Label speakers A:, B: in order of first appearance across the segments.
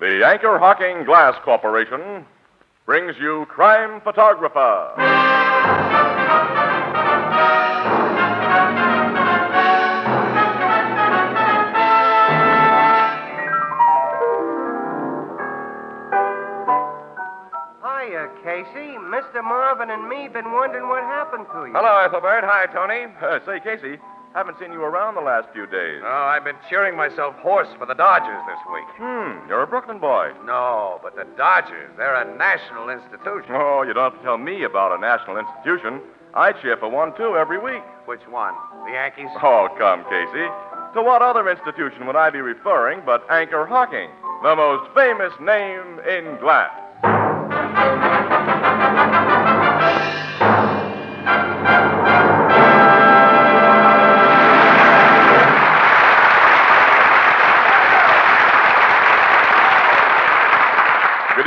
A: The Anchor Hocking Glass Corporation brings you Crime Photographer.
B: Hiya, Casey. Mr. Marvin and me been wondering what happened to you.
A: Hello, Ethelbert. Hi, Tony. Uh, say, Casey, haven't seen you around the last few days.
C: Oh, I've been cheering myself hoarse for the Dodgers this week.
A: Hmm, you're a Brooklyn boy.
C: No, but the Dodgers, they're a national institution.
A: Oh, you don't have to tell me about a national institution. I cheer for one, too, every week.
C: Which one? The Yankees?
A: Oh, come, Casey. To what other institution would I be referring but Anchor Hocking, the most famous name in glass? Good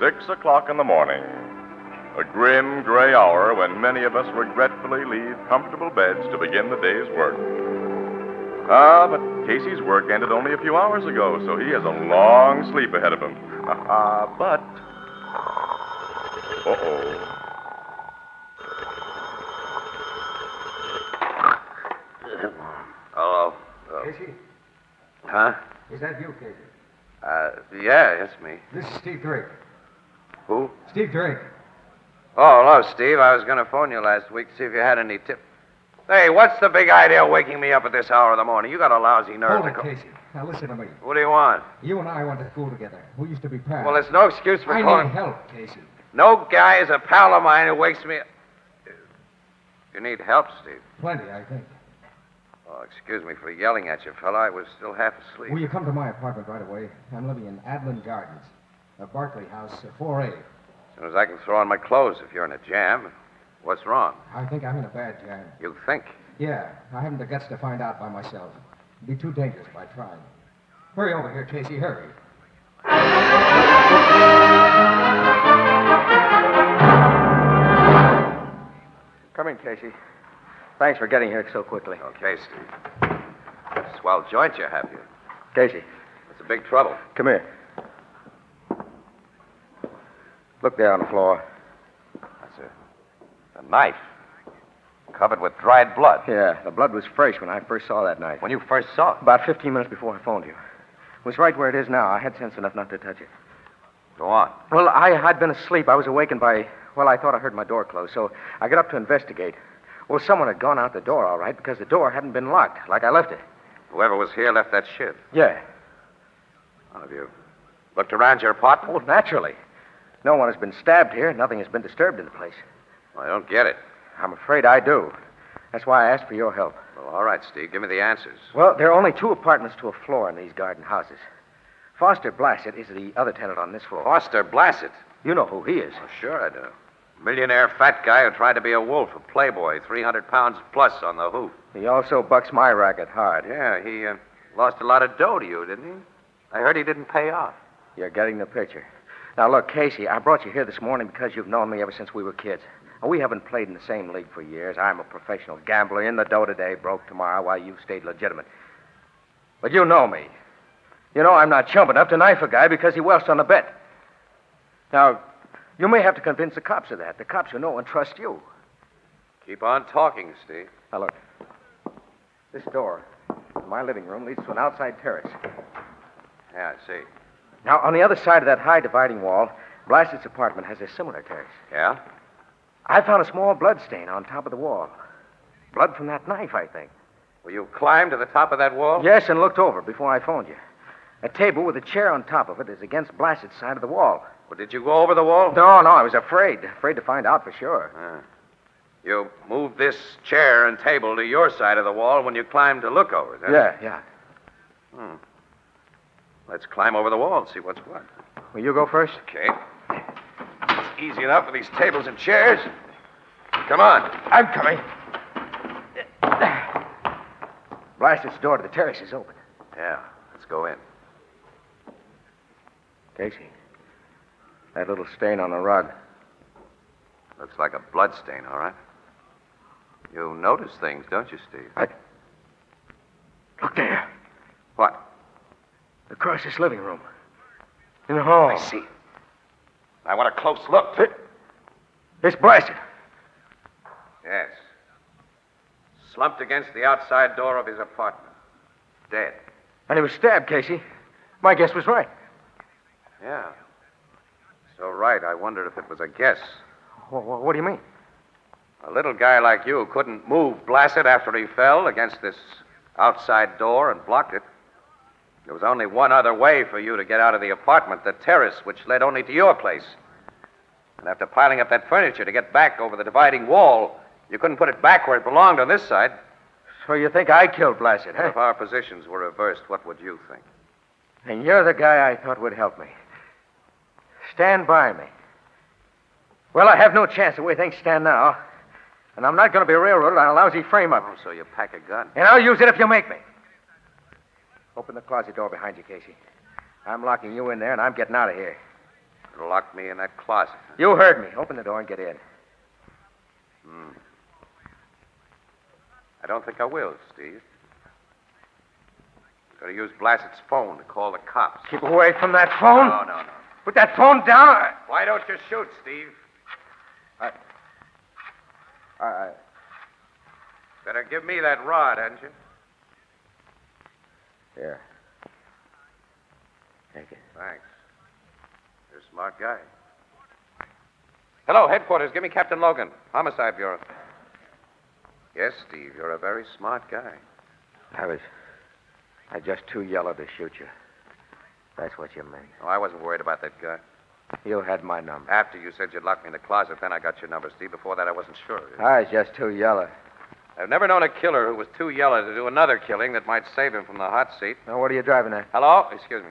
A: Six o'clock in the morning. A grim, gray hour when many of us regretfully leave comfortable beds to begin the day's work. Ah, but Casey's work ended only a few hours ago, so he has a long sleep ahead of him. Ah, but. Uh oh.
C: Hello. Oh.
D: Casey,
C: Huh?
D: is that you, Casey?
C: Uh, yeah, it's me.
D: This is Steve Drake.
C: Who?
D: Steve Drake.
C: Oh, hello, Steve. I was going to phone you last week to see if you had any tip. Hey, what's the big idea of waking me up at this hour of the morning? You got a lousy
D: Hold
C: nerve to
D: it,
C: call.
D: Casey. Now listen to me.
C: What do you want?
D: You and I went to school together. We used to be pals.
C: Well, it's no excuse for
D: I
C: calling.
D: need help, Casey.
C: No guy is a pal of mine who wakes me. You need help, Steve.
D: Plenty, I think.
C: Oh, excuse me for yelling at you, fella. I was still half asleep.
D: Will you come to my apartment right away? I'm living in Adlin Gardens, a Barclay house, uh, 4A.
C: As soon as I can throw on my clothes if you're in a jam. What's wrong?
D: I think I'm in a bad jam.
C: You think.
D: Yeah, I haven't the guts to find out by myself. It'd be too dangerous if I tried. Hurry over here, Casey. Hurry.
E: Come in, Casey. Thanks for getting here so quickly.
C: Okay, Steve. Swell joint you have here.
E: Casey,
C: It's a big trouble.
E: come here. Look there on the floor.
C: That's a, a knife covered with dried blood.
E: Yeah, the blood was fresh when I first saw that knife.
C: When you first saw it.
E: About 15 minutes before I phoned you. It was right where it is now. I had sense enough not to touch it.
C: Go on.
E: Well, I had been asleep. I was awakened by, well, I thought I heard my door close, so I got up to investigate. Well, someone had gone out the door, all right, because the door hadn't been locked like I left it.
C: Whoever was here left that shit.
E: Yeah.
C: None of you. Looked around your apartment?
E: Well, Oh, naturally. No one has been stabbed here. Nothing has been disturbed in the place.
C: I don't get it.
E: I'm afraid I do. That's why I asked for your help.
C: Well, all right, Steve. Give me the answers.
E: Well, there are only two apartments to a floor in these garden houses. Foster Blassett is the other tenant on this floor.
C: Foster Blassett.
E: You know who he is.
C: Oh, sure I do. Millionaire fat guy who tried to be a wolf, a playboy, 300 pounds plus on the hoof.
E: He also bucks my racket hard.
C: Yeah, he uh, lost a lot of dough to you, didn't he? I heard he didn't pay off.
E: You're getting the picture. Now, look, Casey, I brought you here this morning because you've known me ever since we were kids. We haven't played in the same league for years. I'm a professional gambler in the dough today, broke tomorrow, while you stayed legitimate. But you know me. You know I'm not chump enough to knife a guy because he welched on a bet. Now, you may have to convince the cops of that, the cops who know and trust you.
C: Keep on talking, Steve.
E: Now, look. This door in my living room leads to an outside terrace.
C: Yeah, I see.
E: Now, on the other side of that high dividing wall, Blassett's apartment has a similar terrace.
C: Yeah?
E: I found a small blood stain on top of the wall. Blood from that knife, I think.
C: Will you climb to the top of that wall?
E: Yes, and looked over before I phoned you. A table with a chair on top of it is against Blassett's side of the wall.
C: Well, did you go over the wall?
E: No, no, I was afraid. Afraid to find out for sure.
C: Ah. you moved this chair and table to your side of the wall when you climbed to look over. Then.
E: Yeah, yeah.
C: Let's climb over the wall and see what's what.
E: Will you go first?
C: Okay. It's easy enough with these tables and chairs. Come on. I'm coming.
E: Blast its door to the terrace is open.
C: Yeah, let's go in.
E: Casey, that little stain on the rug.
C: Looks like a blood stain, all right. You notice things, don't you, Steve?
E: I. Look there.
C: What?
E: Across this living room. In the hall.
C: I see. I want a close look.
E: It's blasted.
C: Yes. Slumped against the outside door of his apartment. Dead.
E: And he was stabbed, Casey. My guess was right.
C: Yeah. So right, I wondered if it was a guess.
E: Wha- wha- what do you mean?
C: A little guy like you couldn't move Blasset after he fell against this outside door and blocked it. There was only one other way for you to get out of the apartment, the terrace, which led only to your place. And after piling up that furniture to get back over the dividing wall, you couldn't put it back where it belonged on this side.
E: So you think I killed Blasted,
C: If
E: huh?
C: our positions were reversed, what would you think?
E: And you're the guy I thought would help me. Stand by me. Well, I have no chance the way things stand now. And I'm not going to be railroaded on a lousy frame up.
C: Oh, so you pack a gun.
E: And I'll use it if you make me. Open the closet door behind you, Casey. I'm locking you in there, and I'm getting out of here.
C: It'll lock me in that closet.
E: You heard me. Open the door and get in.
C: I don't think I will, Steve. Gotta use Blassett's phone to call the cops.
E: Keep away from that phone.
C: No, no, no.
E: Put that phone down. or-
C: Why don't you shoot, Steve?
E: All right.
C: Better give me that rod, hadn't you?
E: Here. Take it.
C: Thanks. You're a smart guy. Hello, headquarters. Give me Captain Logan, Homicide Bureau. Yes, Steve, you're a very smart guy.
E: I was. I just too yellow to shoot you. That's what you meant.
C: Oh, I wasn't worried about that guy.
E: You had my number.
C: After you said you'd lock me in the closet, then I got your number, Steve. Before that, I wasn't sure.
E: I was just too yellow.
C: I've never known a killer who was too yellow to do another killing that might save him from the hot seat.
E: Now, what are you driving at?
C: Hello? Excuse me.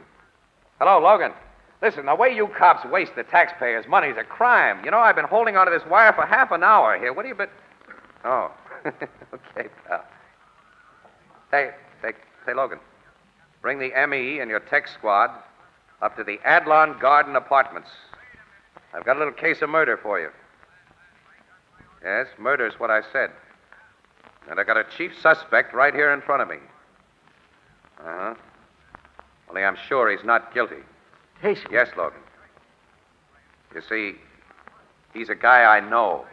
C: Hello, Logan. Listen, the way you cops waste the taxpayers' money is a crime. You know, I've been holding onto this wire for half an hour here. What have you been. Oh. okay, pal. Hey, hey, hey, Logan. Bring the ME and your tech squad up to the Adlon Garden Apartments. I've got a little case of murder for you. Yes, murder is what I said. And I got a chief suspect right here in front of me. Uh huh. Only I'm sure he's not guilty.
E: Casey.
C: Yes, Logan. You see, he's a guy I know.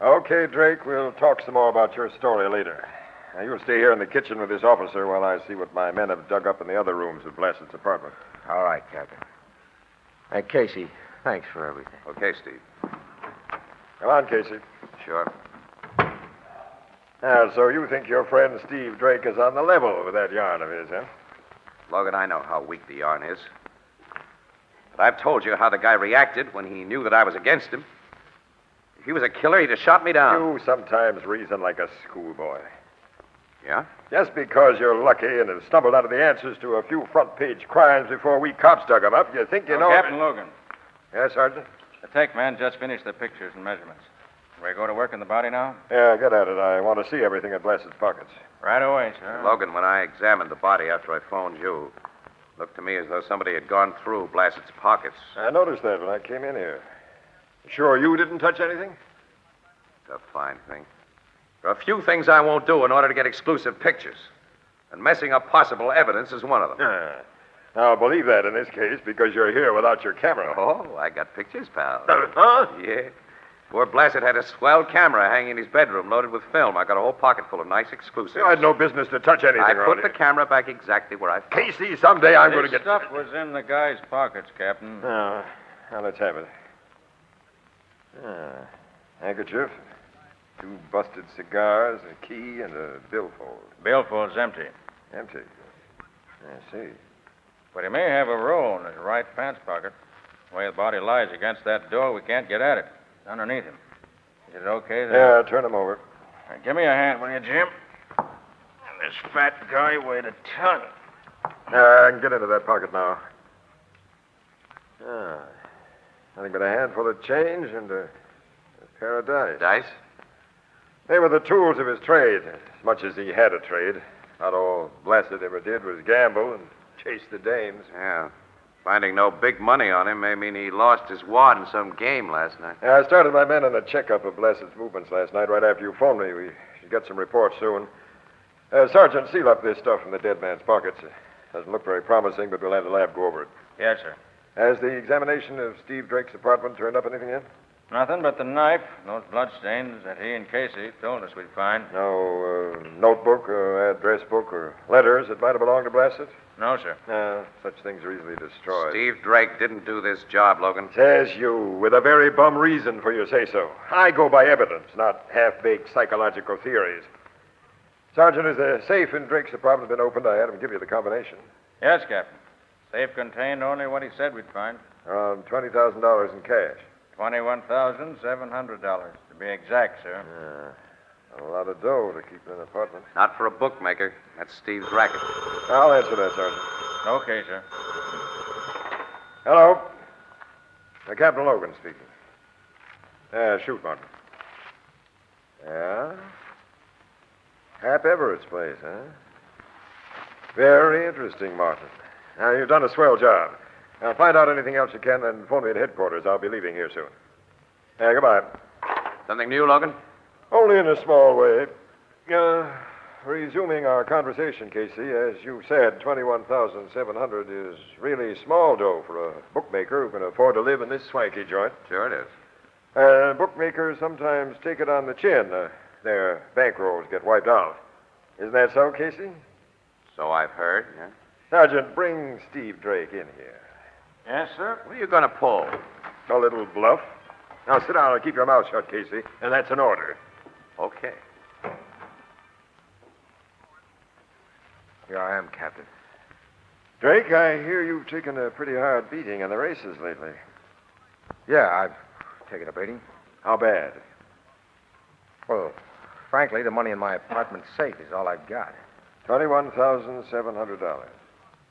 F: Okay, Drake, we'll talk some more about your story later. Now, you'll stay here in the kitchen with this officer while I see what my men have dug up in the other rooms of Blassett's apartment.
E: All right, Captain. Hey, Casey, thanks for everything.
C: Okay, Steve.
F: Come on, Casey.
C: Sure.
F: Now, so you think your friend Steve Drake is on the level with that yarn of his, huh?
C: Logan, I know how weak the yarn is. But I've told you how the guy reacted when he knew that I was against him. If he was a killer, he'd have shot me down.
F: You sometimes reason like a schoolboy.
C: Yeah?
F: Just because you're lucky and have stumbled onto the answers to a few front page crimes before we cops dug 'em up, you think you know.
G: Oh, Captain Logan,
F: Yes, Sergeant?
G: the tech man just finished the pictures and measurements. We go to work on the body now?
F: Yeah, get at it. I want to see everything in Blassett's pockets.
G: Right away, sir.
C: Logan, when I examined the body after I phoned you, looked to me as though somebody had gone through Blassett's pockets.
F: I noticed that when I came in here. Sure, you didn't touch anything?
C: It's a fine thing. There are a few things I won't do in order to get exclusive pictures. And messing up possible evidence is one of them.
F: Yeah. Now, I'll believe that in this case because you're here without your camera.
C: Oh, I got pictures, pal.
F: Huh?
C: yeah. Poor Blassett had a swell camera hanging in his bedroom loaded with film. I got a whole pocket full of nice exclusives.
F: You had no business to touch anything
C: I
F: around
C: put the
F: here.
C: camera back exactly where I found it.
F: Casey, someday I'm going to
G: This
F: get.
G: stuff was in the guy's pockets, Captain.
F: Oh, now, let's have it. Ah, handkerchief, two busted cigars, a key, and a billfold.
G: Billfold's empty,
F: Empty. I see.
G: but he may have a roll in his right pants pocket. The way the body lies against that door, we can't get at it. It's Underneath him. Is it okay?
F: Yeah,
G: There?
F: turn them over.
G: Now, give me a hand, will you, Jim? This fat guy weighed a ton.
F: Uh, I can get into that pocket now. Ah, nothing but a handful of change and a, a pair of dice.
C: Dice?
F: They were the tools of his trade, as much as he had a trade. Not all Blessed ever did was gamble and chase the dames.
C: Yeah. Finding no big money on him may mean he lost his wad in some game last night.
F: Yeah, I started my men on a checkup of Blessed's movements last night right after you phoned me. We should get some reports soon. Uh, Sergeant, seal up this stuff from the dead man's pockets. It doesn't look very promising, but we'll have the lab go over it.
G: Yes, sir.
F: Has the examination of Steve Drake's apartment turned up anything yet?
G: Nothing but the knife, and those bloodstains that he and Casey told us we'd find.
F: No uh, notebook or address book or letters that might have belonged to Blessed?
G: No, sir.
F: No, such things are easily destroyed.
C: Steve Drake didn't do this job, Logan.
F: Says you, with a very bum reason for your say so. I go by evidence, not half baked psychological theories. Sergeant, has the safe in Drake's apartment been opened? I had him give you the combination.
G: Yes, Captain. Safe contained only what he said we'd find.
F: Around $20,000 in cash.
G: Twenty-one thousand seven hundred dollars, to be exact, sir.
F: Yeah. A lot of dough to keep in an apartment.
C: Not for a bookmaker. That's Steve's racket.
F: I'll answer that, Sergeant.
G: Okay, sir.
F: Hello. Uh, Captain Logan speaking. Uh, shoot, Martin. Yeah? Hap Everett's place, huh? Very interesting, Martin. Now, you've done a swell job. Now, find out anything else you can and phone me at headquarters. I'll be leaving here soon. Yeah, goodbye.
C: Something new, Logan?
F: Only in a small way. Uh, resuming our conversation, Casey, as you said, 21700 is really small dough for a bookmaker who can afford to live in this swanky joint.
C: Sure it is.
F: Uh, bookmakers sometimes take it on the chin. Uh, their bankrolls get wiped out. Isn't that so, Casey?
C: So I've heard, yeah.
F: Sergeant, bring Steve Drake in here.
G: Yes, sir.
C: What are you going to pull?
F: A little bluff. Now sit down and keep your mouth shut, Casey, and that's an order.
C: Okay.
F: Here I am, Captain. Drake, I hear you've taken a pretty hard beating in the races lately.
E: Yeah, I've taken a beating.
F: How bad?
E: Well, frankly, the money in my apartment safe is all I've got.
F: $21,700.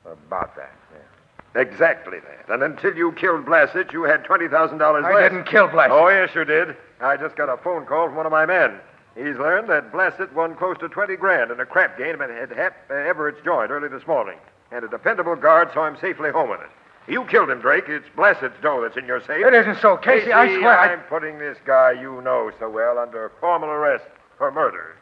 E: About that. Yeah.
F: Exactly that. And until you killed Blassett, you had $20,000
E: I
F: less.
E: didn't kill Black.
F: Oh, yes, you did. I just got a phone call from one of my men. He's learned that Blassett won close to 20 grand in a crap game at had Hep, uh, Everett's joint early this morning. And a dependable guard saw him safely home with it. You killed him, Drake. It's Blassett's dough that's in your safe.
E: It isn't so, Casey. I swear. I...
F: am putting this guy you know so well under formal arrest for murder.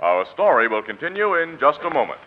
A: Our story will continue in just a moment.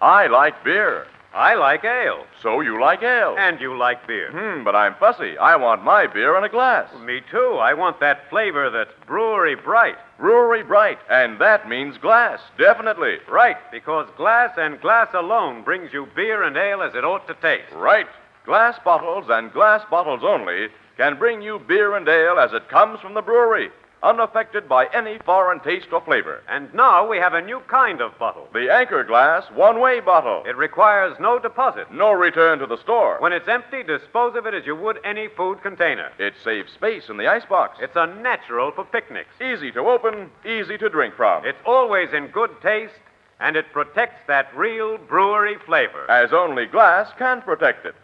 A: I like beer.
H: I like ale.
A: So you like ale.
H: And you like beer.
A: Hmm, but I'm fussy. I want my beer in a glass.
H: Me too. I want that flavor that's brewery bright.
A: Brewery bright, and that means glass, definitely.
H: Right, because glass and glass alone brings you beer and ale as it ought to taste.
A: Right. Glass bottles and glass bottles only can bring you beer and ale as it comes from the brewery, unaffected by any foreign taste or flavor.
H: And now we have a new kind of bottle.
A: The Anchor Glass one way bottle.
H: It requires no deposit.
A: No return to the store.
H: When it's empty, dispose of it as you would any food container.
A: It saves space in the icebox.
H: It's a natural for picnics.
A: easy to open, easy to drink from.
H: It's always in good taste, and it protects that real brewery flavor.
A: as only glass can protect it.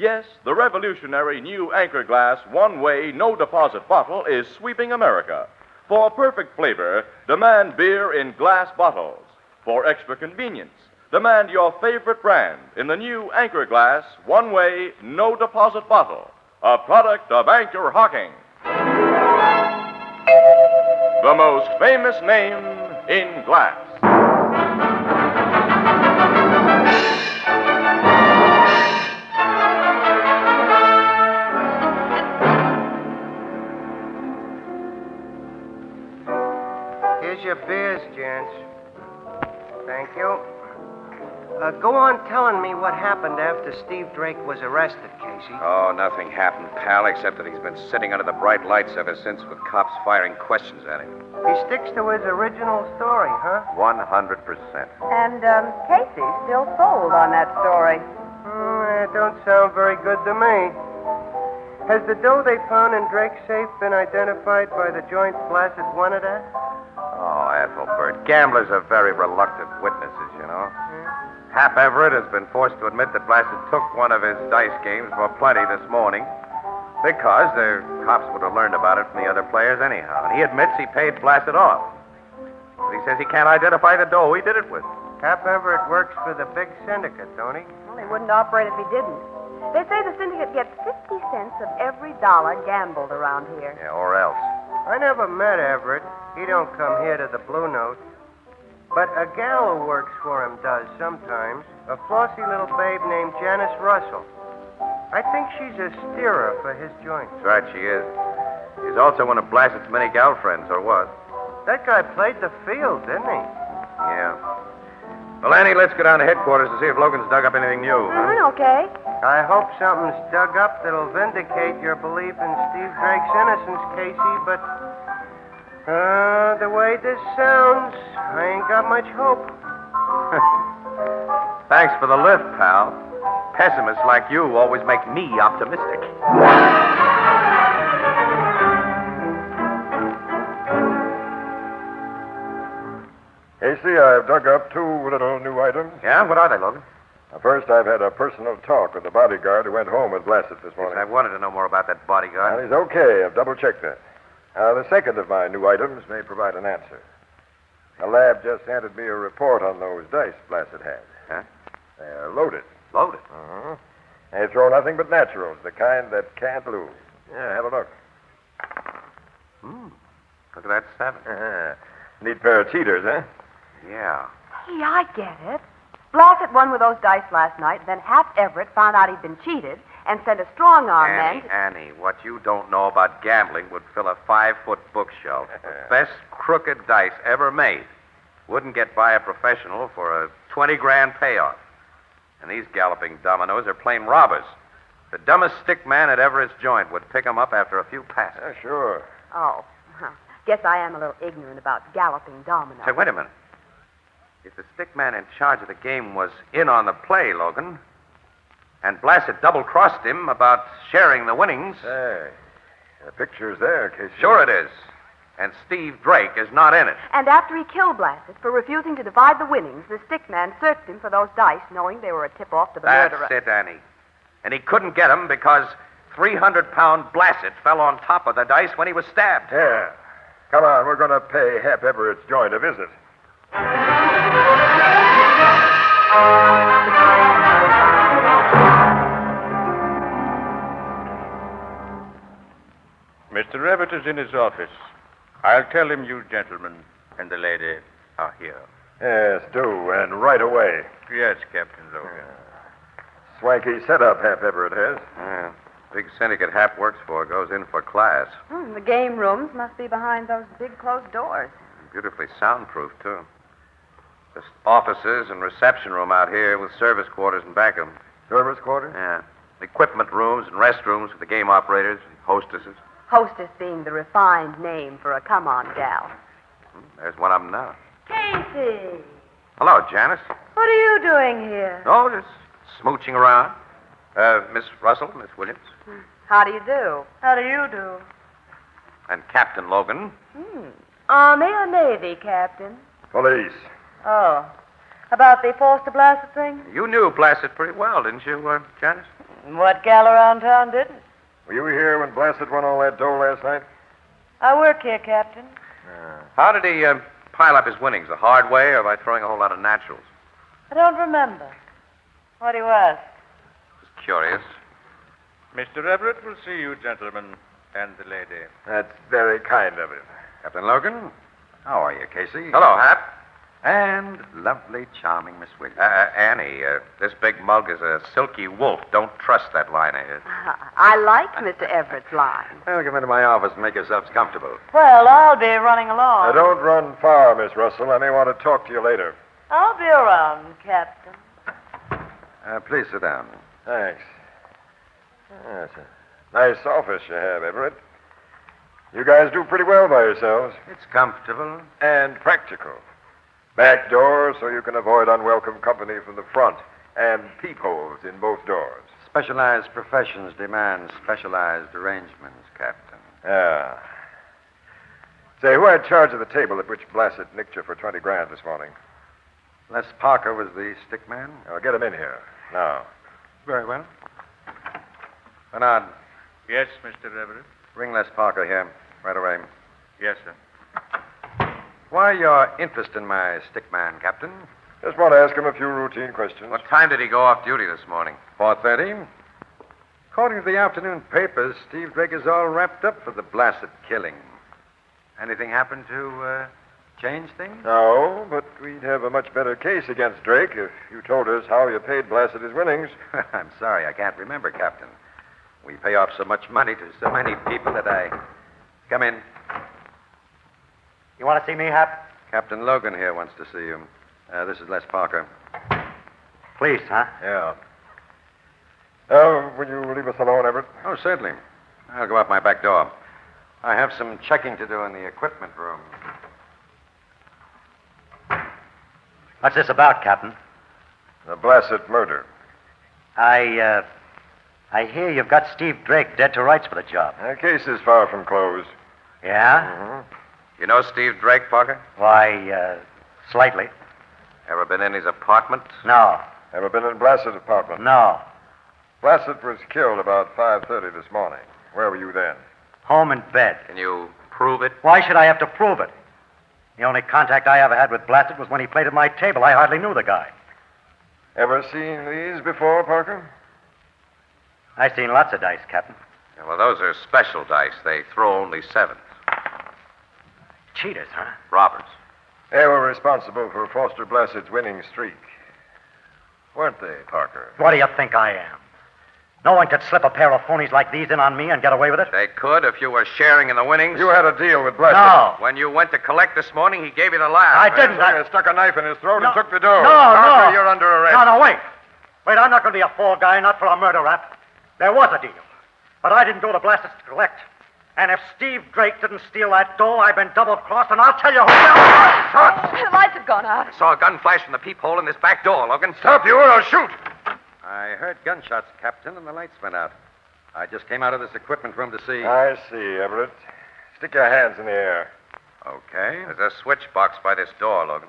A: Yes, the revolutionary new Anchor Glass one way, no deposit bottle is sweeping America. For perfect flavor, demand beer in glass bottles. For extra convenience, demand your favorite brand in the new Anchor Glass one way, no deposit bottle, a product of Anchor Hocking. The most famous name in glass.
B: Here's your beers, gents. Thank you. Uh, go on telling me what happened after Steve Drake was arrested, Casey.
C: Oh, nothing happened, pal, except that he's been sitting under the bright lights ever since with cops firing questions at him.
B: He sticks to his original story, huh?
C: 100%.
I: And um, Casey's still sold on that story.
B: Hmm. Eh, it don't sound very good to me. Has the dough they found in Drake's safe been identified by the joint Placid Juanita?
C: Oh, Ethelbert, gamblers are very reluctant witnesses, you know. Hap Everett has been forced to admit that Blassett took one of his dice games for plenty this morning because the cops would have learned about it from the other players anyhow. And he admits he paid Blassett off. But he says he can't identify the dough he did it with.
B: Cap Everett works for the big syndicate, don't he?
I: Well, he wouldn't operate if he didn't. They say the syndicate gets 50 cents of every dollar gambled around here.
C: Yeah, or else.
B: I never met Everett. He don't come here to the Blue Note. But a gal who works for him does sometimes. A flossy little babe named Janice Russell. I think she's a steerer for his joint.
C: That's right, she is. She's also one of Blassett's many gal friends, or was.
B: That guy played the field, didn't he?
C: Yeah. Well, Annie, let's go down to headquarters to see if Logan's dug up anything new. huh?
I: Mm-hmm, okay.
B: I hope something's dug up that'll vindicate your belief in Steve Drake's innocence, Casey, but. Uh, the way this sounds, I ain't got much hope.
C: Thanks for the lift, pal. Pessimists like you always make me optimistic.
F: Casey, I've dug up two little new items.
C: Yeah, what are they, Logan?
F: Now, First, I've had a personal talk with the bodyguard who went home with Blassett this morning.
C: I wanted to know more about that
F: Well,
C: bodyguard.
F: he's okay. I've double checked that. Uh, the second of my new items may provide an answer. The lab just handed me a report on those dice Blassett had.
C: Huh?
F: They're loaded.
C: Loaded.
F: Mm-hmm. They throw nothing but naturals, the kind that can't lose. Yeah, have a look.
C: Hmm. Look at that seven.
F: Uh-huh. Neat pair of cheaters, huh?
C: Yeah.
I: Gee, I get it. Blassett won with those dice last night, then Hap Everett found out he'd been cheated and sent a strong arm man.
C: Annie,
I: to-
C: Annie, what you don't know about gambling would fill a five-foot bookshelf. the best crooked dice ever made. Wouldn't get by a professional for a 20 grand payoff. And these galloping dominoes are plain robbers. The dumbest stick man at Everett's joint would pick 'em up after a few passes.
F: Yeah, sure.
I: Oh, huh. guess I am a little ignorant about galloping dominoes.
C: Say, wait a minute. If the stick man in charge of the game was in on the play, Logan, and Blassett double crossed him about sharing the winnings.
F: Hey, the picture's there, Casey.
C: Sure it is. And Steve Drake is not in it.
I: And after he killed Blassett for refusing to divide the winnings, the stick man searched him for those dice, knowing they were a tip off to the
C: That's
I: murderer.
C: it, Annie. And he couldn't get 'em because 300 pound Blassett fell on top of the dice when he was stabbed.
F: Yeah. Come on, we're going to pay Hep Everett's joint a visit.
G: Mr. Rabbit is in his office. I'll tell him you gentlemen and the lady are here.
F: Yes, do, and right away.
G: Yes, Captain Logan.
F: Swanky setup Hep Everett has.
C: Yeah. Big syndicate Hap works for goes in for class.
I: Hmm, the game rooms must be behind those big closed doors.
C: Beautifully soundproof, too. Just offices and reception room out here with service quarters in back of 'em.
F: Service quarters?
C: Yeah. Equipment rooms and restrooms for the game operators and hostesses.
I: Hostess being the refined name for a come-on gal.
C: There's one of 'em now.
I: Casey,
C: Hello, Janice.
I: what are you doing here?
C: Oh, just smooching around. Uh, Miss Russell, Miss Williams,
I: How do you do? How do you do?
C: and Captain Logan.
I: Hmm. Army or Navy, Captain?
F: Police.
I: Oh. About the Foster Blaster thing?
C: You knew Blassett pretty well, didn't you, uh, Janice?
I: What gal around town didn't?
F: Were you here when Blassett won all that dough last night?
I: I work here, Captain.
C: How did he uh, pile up his winnings? The hard way or by throwing a whole lot of naturals?
I: I don't remember. What he was.
C: Just curious.
G: Mr. Everett will see you, gentlemen and the lady.
F: That's very kind of him.
C: Captain Logan?
E: How are you, Casey?
C: Hello, Hap.
E: And lovely, charming Miss Williams.
C: Uh, uh, Annie, uh, this big mug is a silky wolf. Don't trust that line of his.
I: I liked Mr. Everett's line.
E: Well, come into my office and make yourselves comfortable.
I: Well, I'll be running along.
F: Now, don't run far, Miss Russell. I may want to talk to you later.
I: I'll be around, Captain.
E: Uh, please sit down.
F: Thanks. That's a nice office you have, Everett. You guys do pretty well by yourselves.
E: It's comfortable.
F: And practical. Back door so you can avoid unwelcome company from the front. and peepholes in both doors.
C: Specialized professions demand specialized arrangements, Captain.
F: Ah. Say, who had charge of the table at which Blassett nicked you for 20 grand this morning?
C: Les Parker was the stick man?
F: Oh, get him in here. Now.
C: Very well. Bernard,
J: Yes, Mr. Everett?
C: bring Les Parker here right away.
J: Yes, sir.
C: Why your interest in my stick man, Captain?
F: Just want to ask him a few routine questions.
C: What time did he go off duty this morning? 4.30. According to the afternoon papers, Steve Drake is all wrapped up for the Blassett killing. Anything happened to uh, change things?
F: No, but we'd have a much better case against Drake if you told us how you paid Blassett his winnings.
C: I'm sorry, I can't remember, Captain. We pay off so much money to so many people that I. Come in.
E: You want to see me, Hap?
C: Captain Logan here wants to see you. Uh, this is Les Parker.
E: Please, huh?
F: Yeah. Uh, will you leave us alone, Everett?
C: Oh, certainly. I'll go out my back door. I have some checking to do in the equipment room.
E: What's this about, Captain?
F: The Blassett murder.
E: I, uh, I hear you've got Steve Drake dead to rights for the job.
F: The case is far from closed.
E: Yeah?
F: Mm-hmm.
C: You know Steve Drake, Parker?
E: Why, uh, slightly.
C: Ever been in his apartment?
E: No,
F: Ever been in Blassett's apartment?
E: no.
F: Blassett was killed about 5.30 this morning. Where were you then?
E: Home and bed.
C: Can you prove it?
E: Why should I have to prove it? The only contact I ever had with Blassett was when he played at my table. I hardly knew the guy.
F: Ever seen these before, Parker?
E: I've seen lots of dice, Captain.
C: Yeah, well, those are special dice. They throw only sevens.
E: Cheaters, huh?
C: Robbers.
F: They were responsible for Foster Blassett's winning streak. Weren't they, Parker?
E: What do you think I am? No one could slip a pair of phonies like these in on me and get away with it.
C: They could if you were sharing in the winnings.
F: You had a deal with Blassett.
E: No.
C: When you went to collect this morning, he gave you the laugh.
E: I didn't. I-
F: I stuck a knife in his throat
E: No.
F: and took the dough.
E: No, no.
F: Parker, you're under arrest.
E: No, no, wait. Wait, I'm not going to be a fall guy, not for a murder rap. There was a deal. But I didn't go to Blasted to collect. And if Steve Drake didn't steal that dough, I've been double crossed, and I'll tell you who.
I: The lights have gone out.
C: I saw a gun flash from the peephole in this back door, Logan.
F: Stop you or I'll shoot.
C: I heard gunshots, Captain, and the lights went out. I just came out of this equipment room to see.
F: I see, Everett. Stick your hands in the air.
C: Okay. There's a switch box by this door, Logan.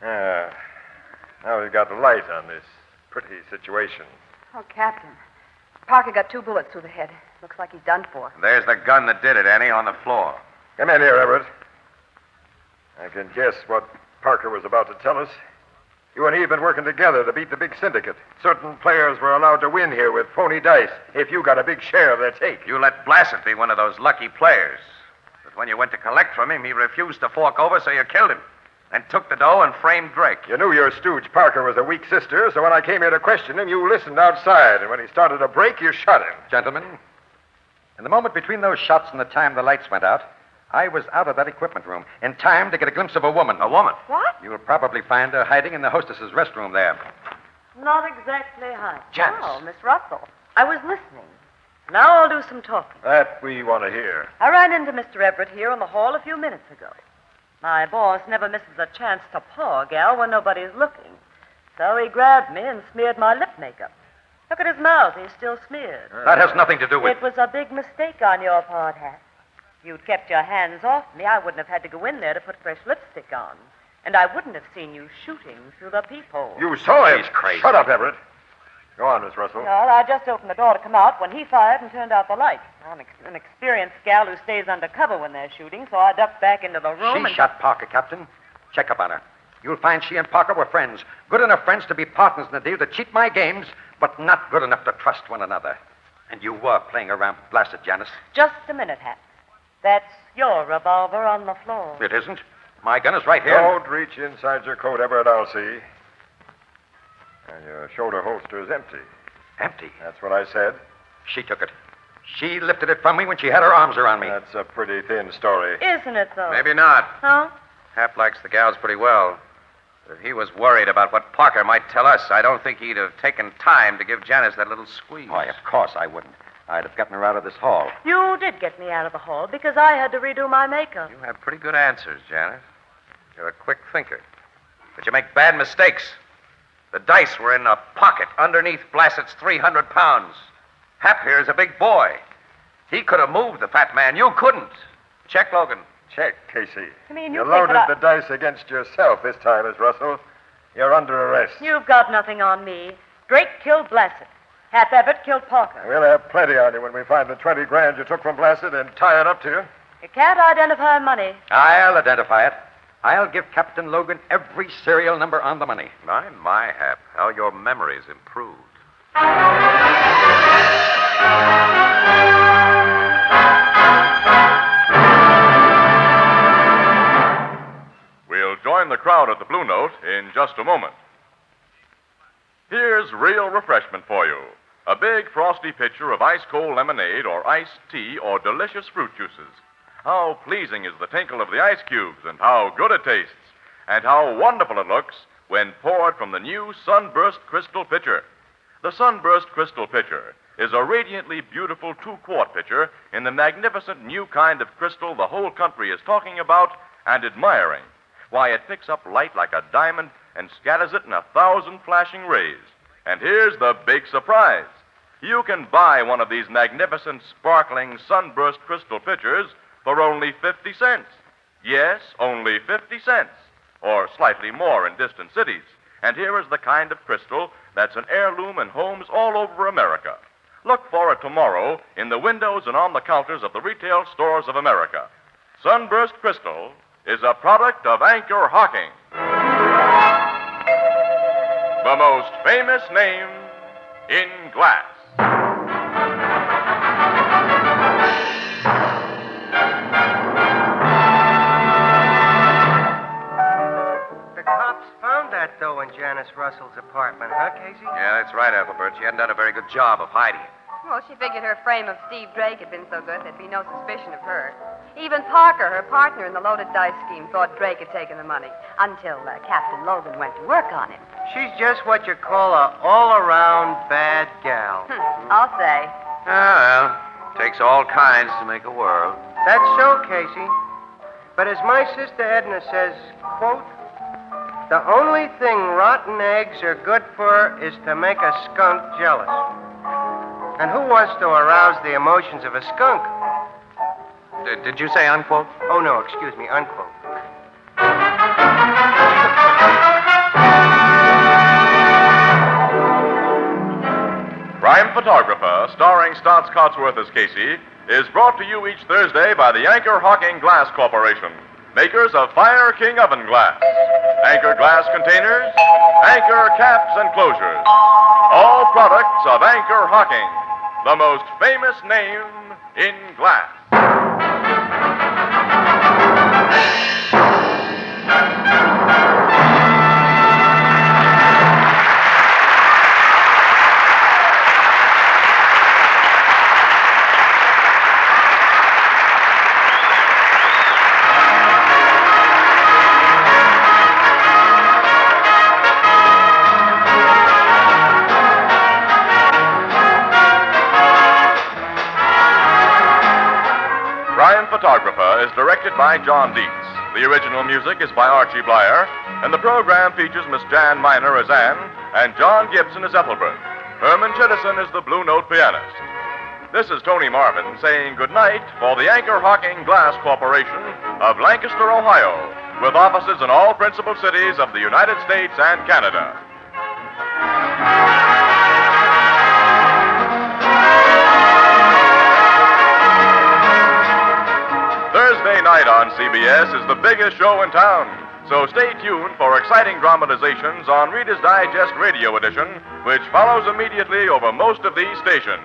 F: Yeah. Ah, Now we've got light on this pretty situation.
I: Oh, Captain. Parker got two bullets through the head. Looks like he's done for.
C: There's the gun that did it, Annie, on the floor.
F: Come in here, Everett. I can guess what Parker was about to tell us. You and he have been working together to beat the big syndicate. Certain players were allowed to win here with phony dice if you got a big share of their take.
C: You let Blassett be one of those lucky players. But when you went to collect from him, he refused to fork over, so you killed him. And took the dough and framed Drake.
F: You knew your stooge Parker was a weak sister, so when I came here to question him, you listened outside, and when he started to break, you shot him.
C: Gentlemen, in the moment between those shots and the time the lights went out, I was out of that equipment room in time to get a glimpse of a woman. A woman?
I: What?
C: You'll probably find her hiding in the hostess's restroom there.
K: Not exactly high.
C: Janice.
K: Oh, Miss Russell. I was listening. Now I'll do some talking.
F: That we want to hear.
K: I ran into Mr. Everett here in the hall a few minutes ago. My boss never misses a chance to paw a gal when nobody's looking. So he grabbed me and smeared my lip makeup. Look at his mouth. He's still smeared.
C: That has nothing to do with.
K: It was a big mistake on your part, Hat. If you'd kept your hands off me, I wouldn't have had to go in there to put fresh lipstick on. And I wouldn't have seen you shooting through the peephole.
F: You saw him.
C: He's crazy.
F: Shut up, Everett. Go on, Miss Russell.
K: Well, I just opened the door to come out when he fired and turned out the light. I'm ex- an experienced gal who stays under cover when they're shooting, so I ducked back into the room
C: She
K: and...
C: shot Parker, Captain. Check up on her. You'll find she and Parker were friends. Good enough friends to be partners in the deal to cheat my games, but not good enough to trust one another. And you were playing around with Blasted Janice.
K: Just a minute, Hat. That's your revolver on the floor.
C: It isn't. My gun is right here.
F: Don't reach inside your coat, Everett. I'll see. And your shoulder holster is empty.
C: Empty.
F: That's what I said.
C: She took it. She lifted it from me when she had her arms around me.
F: That's a pretty thin story.
K: Isn't it, though?
C: Uh, Maybe not.
K: Huh?
C: Hap likes the gals pretty well. But if he was worried about what Parker might tell us, I don't think he'd have taken time to give Janice that little squeeze. Why, of course I wouldn't. I'd have gotten her out of this hall.
K: You did get me out of the hall because I had to redo my makeup.
C: You have pretty good answers, Janice. You're a quick thinker. But you make bad mistakes. The dice were in a pocket underneath Blassett's 300 pounds. Hap here is a big boy. He could have moved the fat man. You couldn't. Check, Logan.
F: Check, Casey.
K: I mean,
F: You
K: you think
F: loaded
K: that I-
F: the dice against yourself this time, Miss Russell. You're under arrest.
K: You've got nothing on me. Drake killed Blassett. Hap Everett killed Parker.
F: We'll have plenty on you when we find the 20 grand you took from Blassett and tie it up to you.
K: You can't identify money.
L: I'll identify it. I'll give Captain Logan every serial number on the money.
G: My, my, Hap, how your memory's improved.
A: We'll join the crowd at the Blue Note in just a moment. Here's real refreshment for you a big frosty pitcher of ice cold lemonade or iced tea or delicious fruit juices. How pleasing is the tinkle of the ice cubes and how good it tastes, and how wonderful it looks when poured from the new Sunburst Crystal Pitcher. The Sunburst Crystal Pitcher is a radiantly beautiful two quart pitcher in the magnificent new kind of crystal the whole country is talking about and admiring. Why, it picks up light like a diamond and scatters it in a thousand flashing rays. And here's the big surprise you can buy one of these magnificent, sparkling, sunburst crystal pitchers for only 50 cents. Yes, only 50 cents, or slightly more in distant cities. And here is the kind of crystal that's an heirloom in homes all over America. Look for it tomorrow in the windows and on the counters of the retail stores of America. Sunburst Crystal is a product of Anchor Hocking, the most famous name in glass.
B: The cops found that dough in Janice Russell's apartment, huh, Casey?
C: Yeah, that's right, Ethelbert. She hadn't done a very good job of hiding it.
I: Well, she figured her frame of Steve Drake had been so good there'd be no suspicion of her. Even Parker, her partner in the loaded dice scheme, thought Drake had taken the money until uh, Captain Logan went to work on him.
B: She's just what you call a all-around bad gal.
I: Hmm, I'll say.
C: Ah, well, takes all kinds to make a world.
B: That's so, Casey. But as my sister Edna says, quote, the only thing rotten eggs are good for is to make a skunk jealous. And who wants to arouse the emotions of a skunk?
C: D- did you say unquote?
B: Oh, no, excuse me, unquote.
A: Crime Photographer, starring Stotts Cotsworth as Casey, is brought to you each Thursday by the Anchor Hawking Glass Corporation, makers of Fire King Oven Glass, Anchor Glass Containers, Anchor Caps and Closures. All products of Anchor Hawking, the most famous name in glass. Crime Photographer is directed by John Dietz. The original music is by Archie Blyer, and the program features Miss Jan Miner as Anne and John Gibson as Ethelbert. Herman Chittison is the Blue Note pianist. This is Tony Marvin saying goodnight for the Anchor Hawking Glass Corporation of Lancaster, Ohio, with offices in all principal cities of the United States and Canada. Thursday night on CBS is the biggest show in town. So stay tuned for exciting dramatizations on Reader's Digest Radio Edition, which follows immediately over most of these stations.